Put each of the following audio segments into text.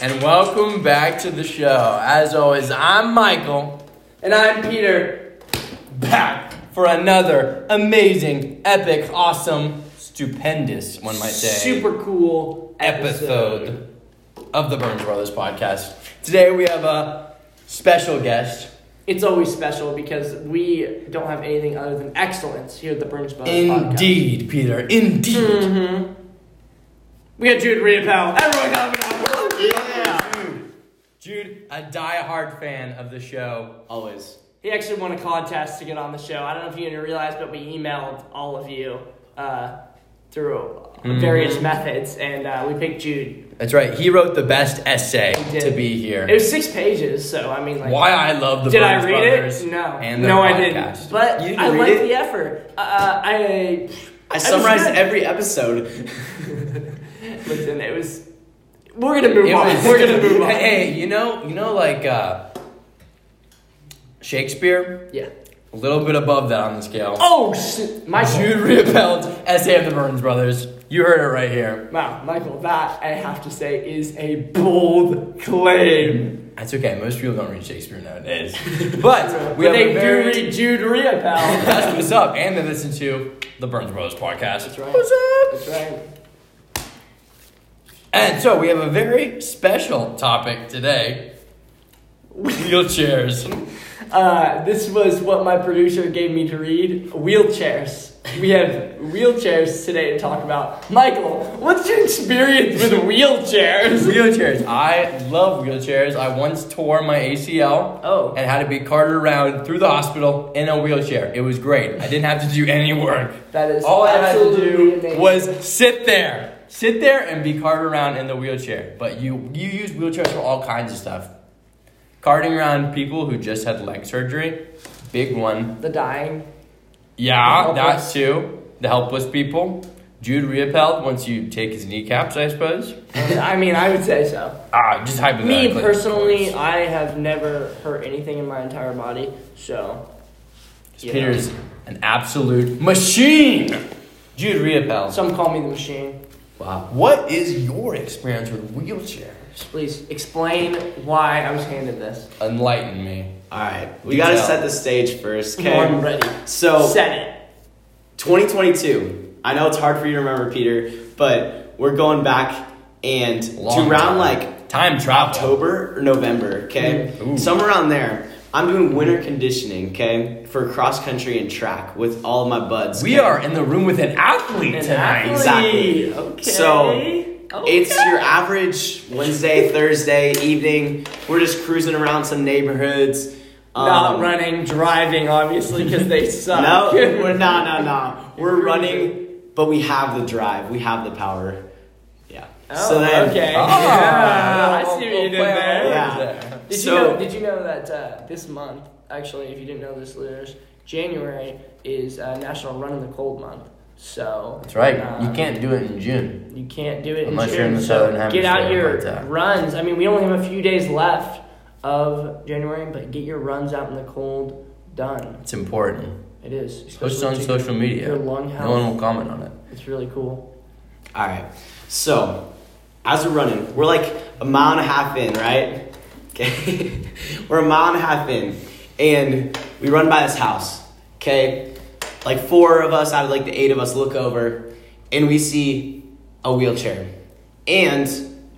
and welcome back to the show. As always, I'm Michael and I'm Peter, back for another amazing, epic, awesome, stupendous, one might say, Super cool episode. episode of the Burns Brothers podcast. Today we have a special guest. It's always special because we don't have anything other than excellence here at the Burns Brothers podcast. Indeed, Peter. Indeed. We got Jude Rita Powell. Everyone got him. Mm-hmm. Yeah. Jude, a diehard fan of the show, always. He actually won a contest to get on the show. I don't know if you didn't realize, but we emailed all of you uh, through Mm-hmm. various methods, and uh, we picked Jude. That's right. He wrote the best essay did. to be here. It was six pages, so I mean, like, Why I love the Did I Burns read Brothers. it? No. And their no, I podcast. didn't. But You didn't I read liked it? the effort. Uh, I I was summarized good. every episode. listen. It was. We're gonna move It on. was- We're gonna move on. Hey, you know, you know, like uh, Shakespeare, Yeah. a little bit above that on the scale. Oh shit, Michael. Jude Riopel's essay of the Burns Brothers. You heard it right here. Wow, Michael, that I have to say is a bold claim. That's okay. Most people don't read Shakespeare nowadays. But we have they a very do read Jude Rhea, pal. That's what's up, and they listen to the Burns Brothers podcast. That's right. What's up? That's right. And so we have a very special topic today. Wheelchairs. Uh, this was what my producer gave me to read. Wheelchairs. We have wheelchairs today to talk about. Michael, what's your experience with wheelchairs? wheelchairs. I love wheelchairs. I once tore my ACL. Oh. And had to be carted around through the hospital in a wheelchair. It was great. I didn't have to do any work. That is All I had to do absolutely amazing. was sit there, sit there, and be carted around in the wheelchair. But you you use wheelchairs for all kinds of stuff. Carting around people who just had leg surgery, big one. The dying. Yeah, The that helpless. too. The helpless people. Jude Riopel, once you take his kneecaps, I suppose. I mean, I would say so. Ah, just hypothetically. Me personally, I have never hurt anything in my entire body, so. you know. Peter's an absolute machine. Jude Riopel. Some call me the machine. wow. What is your experience with wheelchairs? Please explain why I was handed this. Enlighten me. All right, we You gotta tell. set the stage first. I'm Okay, ready. so Set it. 2022. I know it's hard for you to remember, Peter, but we're going back and Long to round time. like Time travel. October or November. Okay, Mm. Ooh. somewhere around there. I'm doing winter conditioning. Okay, for cross country and track with all of my buds. We okay? are in the room with an athlete An tonight. athlete. Exactly. Okay. So Okay. It's your average Wednesday, Thursday evening. We're just cruising around some neighborhoods. um, Not running, driving, obviously, because they suck. No, we're not. No, no, we're running, but we have the drive. We have the power. Yeah. Oh, so then, okay. Ah. Yeah, I see what you did there. Yeah. Did So- you know? Did you know that uh, this month, actually, if you didn't know this, listeners, January is uh, National Run in the Cold month. So That's right. You um, can't do it in June. You can't do it in Unless June, you're in the so southern Get out hemisphere, your but, uh, runs. I mean, we only have a few days left of January, but get your runs out in the cold done. It's important. It is. Post it especially on to social media. Your lung No one health. will comment on it. It's really cool. All right. So, as we're running, we're like a mile and a half in, right? Okay. we're a mile and a half in, and we run by this house. Okay. Like four of us out of like the eight of us look over, and we see a wheelchair and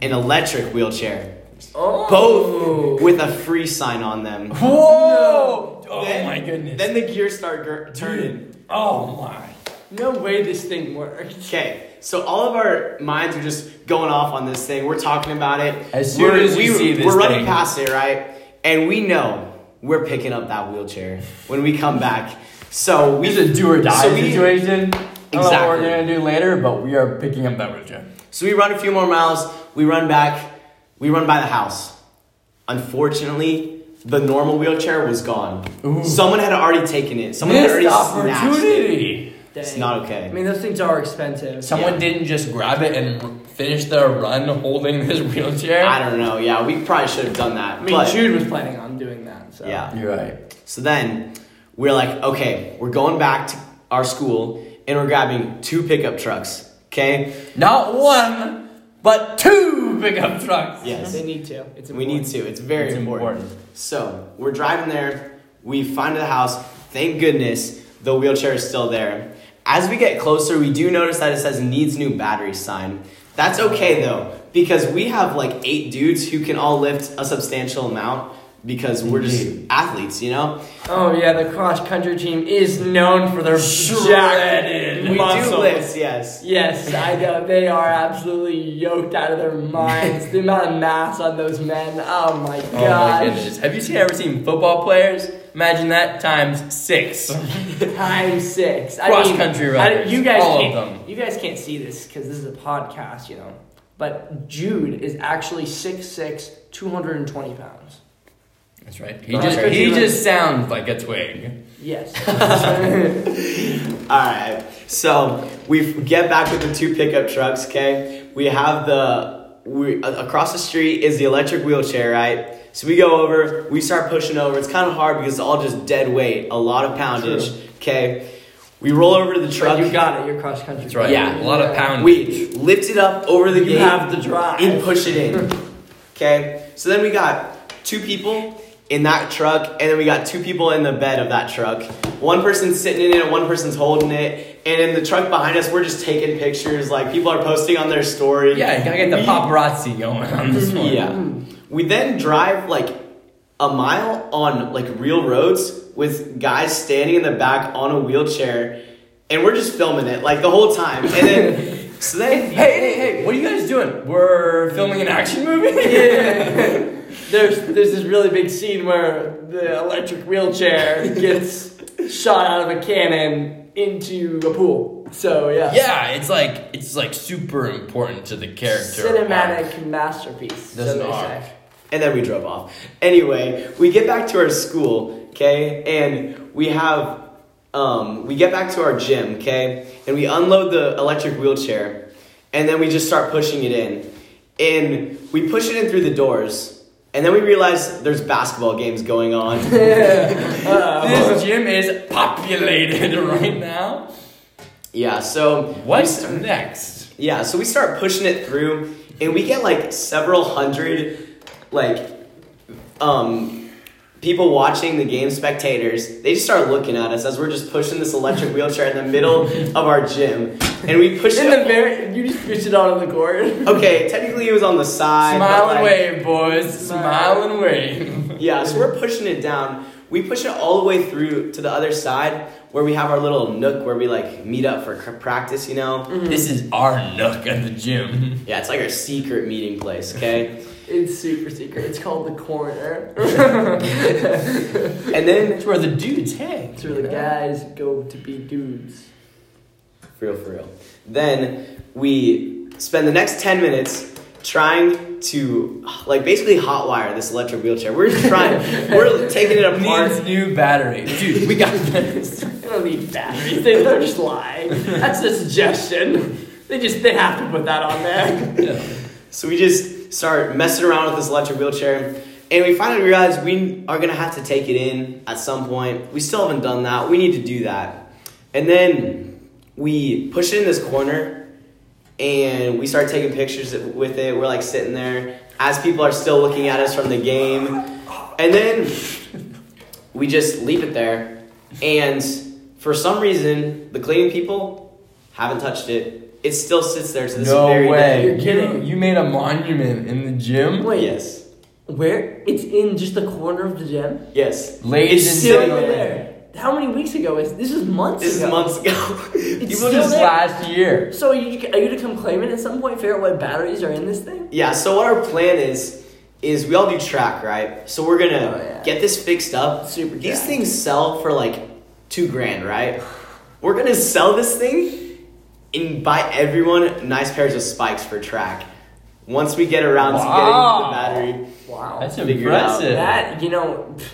an electric wheelchair, Oh. both with a free sign on them. Whoa! Oh Then- my goodness. Then the gears start gir- turning. oh my. No way this thing worked. Okay, so all of our minds are just going off on this thing. We're talking about it. As soon we're, as you see this we're running thing. past it, right? And we know we're picking up that wheelchair when we come back. So It's we a do or die So we- situation. I don't know what we're Exactly. gonna do later, but we are picking up that wheelchair. so we run a few more miles. We run back. We run by the house. Unfortunately, the normal wheelchair was gone. Ooh. Someone had already taken it. Someone had already Missed snatched it. opportunity. It's Dang. not I okay. mean, those things are expensive. Someone Yeah. didn't just grab it and r- finish their run holding this wheelchair. I don't know. Yeah, we probably should have done that. I mean, but, Jude was planning on doing that. So. Yeah. You're right. So then we're like, okay, we're going back to our school and we're grabbing two pickup trucks. Okay? Not one, but two pickup trucks. Yes. They need to. It's important. We need to. It's very It's important. important. So we're driving there. We find the house. Thank goodness the wheelchair is still there. As we get closer, we do notice that it says needs new battery sign. That's okay though, because we have like eight dudes who can all lift a substantial amount because we're just Indeed. athletes, you know? Oh yeah, the cross country team is known for their Shredded jacked- We do Muscle. lift, yes. Yes, I know. They are absolutely yoked out of their minds. the amount of mass on those men. Oh my Oh my gosh. goodness. Have you seen, ever seen football players? Imagine that times six. Time six. I Cross mean, country I- runners, you guys all of can't, them. You guys can't see this because this is a podcast, you know. But Jude is actually 6'6", 220 pounds. That's right. He Cross just country he running. just sounds like a twig. Yes. Alright, so we get back with the two pickup trucks, okay? We have the, we, a- across the street is the electric wheelchair, right? So we go over, we start pushing over. It's kind of hard because it's all just dead weight, a lot of poundage, okay? We roll over to the truck. you got it. You're cross country. That's right. Yeah. A lot of pound. We lift it up over the You gate have the drive. and push it in. Okay, so then we got two people in that truck, and then we got two people in the bed of that truck. One person's sitting in it, one person's holding it, and in the truck behind us, we're just taking pictures. Like people are posting on their story. Yeah, you gotta get the We- paparazzi going on this one. Yeah. We then drive like a mile on like real roads with guys standing in the back on a wheelchair, and we're just filming it like the whole time. And then so Hey, then hey, hey, what are you guys doing? We're filming an action movie? there's there's this really big scene where the electric wheelchair gets shot out of a cannon into a pool. So yeah, yeah, it's like it's like super important to the character. cinematic masterpiece. There's so an they arc. say. And then we drove off. Anyway, we get back to our school, okay? And we have, um, we get back to our gym, okay? And we unload the electric wheelchair. And then we just start pushing it in. And we push it in through the doors. And then we realize there's basketball games going on. This gym is populated right now. yeah, so. What's next? Yeah, so we start pushing it through, and we get like several hundred, like, um, people watching the game, spectators. They just start looking at us as we're just pushing this electric wheelchair in the middle of our gym, and we push In the it. very, you just pitch it onto the court. Okay, technically it was on the side. but, Smile and like- wave, boys. Smile and wave. Yeah, so we're pushing it down. We push it all the way through to the other side where we have our little nook where we like meet up for c- practice, you know? Mm-hmm. this is our nook at the gym. Yeah, it's like our secret meeting place, okay? It's super secret. It's called the corner. and then, It's where the dudes hang. It's where the guys go to be dudes. For real, for real. Then we spend the next 10 minutes trying to, like, basically hotwire this electric wheelchair. We're just trying, we're taking it Needs apart. new battery. Dude, we got this. They don't need batteries. They, they're just lying. That's a suggestion. They just they have to put that on there. So we just start messing around with this electric wheelchair. And we finally realize we are gonna have to take it in at some point. We still haven't done that. We need to do that. And then we push it in this corner and we start taking pictures with it. We're like sitting there as people are still looking at us from the game. And then we just leave it there. And for some reason, the cleaning people haven't touched it. It still sits there to this No very way. day. You're kidding. You, you made a monument in the gym? Wait. Yes. Where? It's in just the corner of the gym. Yes. Ladies It's and still Still gentlemen. there. How many weeks ago is this? Is months. This is ago. months ago. People still just there. last year. So are you, are you to come claim it at some point? Figure out what batteries are in this thing. yeah, so what our plan is is we all do track, right? So we're gonna Oh, yeah. get this fixed up. Super These track. things sell for like two grand, right? We're gonna sell this thing and buy everyone nice pairs of spikes for track. Once we get around Wow. to getting the battery. Wow. That's Figure it out. impressive. that you know, pff,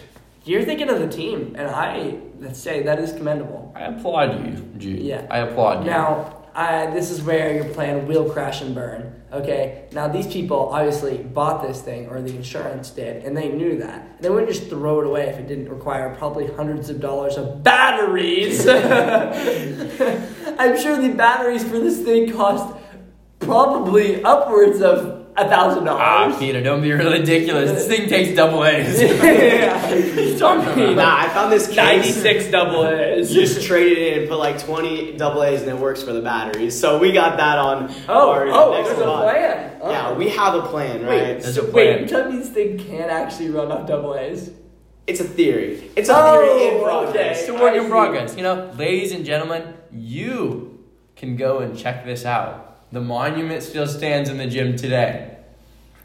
you're thinking of the team, and I let's say that is commendable. I applaud you, Jude. Yeah. I applaud you. Now, I, this is where your plan will crash and burn. Okay. Now these people obviously bought this thing, or the insurance did, and they knew that. They wouldn't just throw it away if it didn't require probably hundreds of dollars of batteries. I'm sure the batteries for this thing cost probably upwards of a thousand Ah, dollars. Peter, don't be ridiculous. This thing takes double A's. He's talking about Nah, I found this case. double A's. You just traded it and put like 20 double A's and it works for the batteries. So we got that on Oh, our oh, next there's a pod. plan. Oh. Yeah, we have a plan, right? Wait, There's so- a wait, plan. you telling me this thing can't actually run off double A's? It's a theory. It's a Oh, theory in okay. progress. It's a work I in see. progress. You know, ladies and gentlemen, you can go and check this out. The monument still stands in the gym today.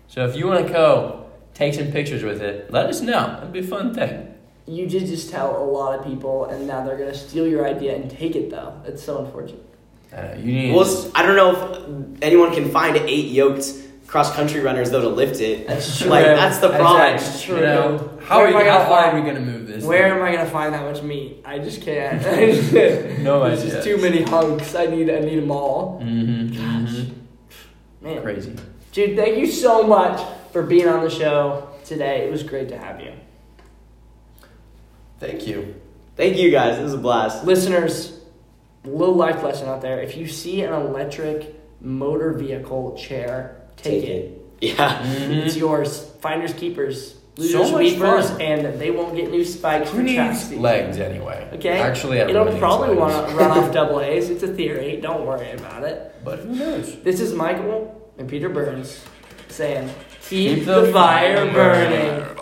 So if you want to go take some pictures with it, let us know. It'd be a fun thing. You did just tell a lot of people, and now they're gonna steal your idea and take it though. It's so unfortunate. Uh, you need. Well, s- I don't know if anyone can find eight yoked cross country runners though to lift it. That's Like true. that's the problem. That's you true. know, how, Where are you, am I how gonna far are find- we going to move this? Where thing? am I gonna find that much meat? I just can't. No There's idea. just too many hunks. I need. I need them all. Mhm, mhm. Man, Crazy. dude, thank you so much for being on the show today. It was great to have you, Thank you. Thank you guys. This was a blast. listeners. Little life lesson out there: if you see an electric motor vehicle chair, take, it. Yeah. It's yours. Finders keepers. Mm-hmm. So Losers much weepers, fun. and they won't get new spikes Who for track needs speed. legs anyway? Okay. Actually, everyone it'll needs probably legs. want to run off double A's. It's a theory. Don't worry about it. But who knows? This is Michael and Peter Burns saying, "Keep, Keep the, the fire fire burning.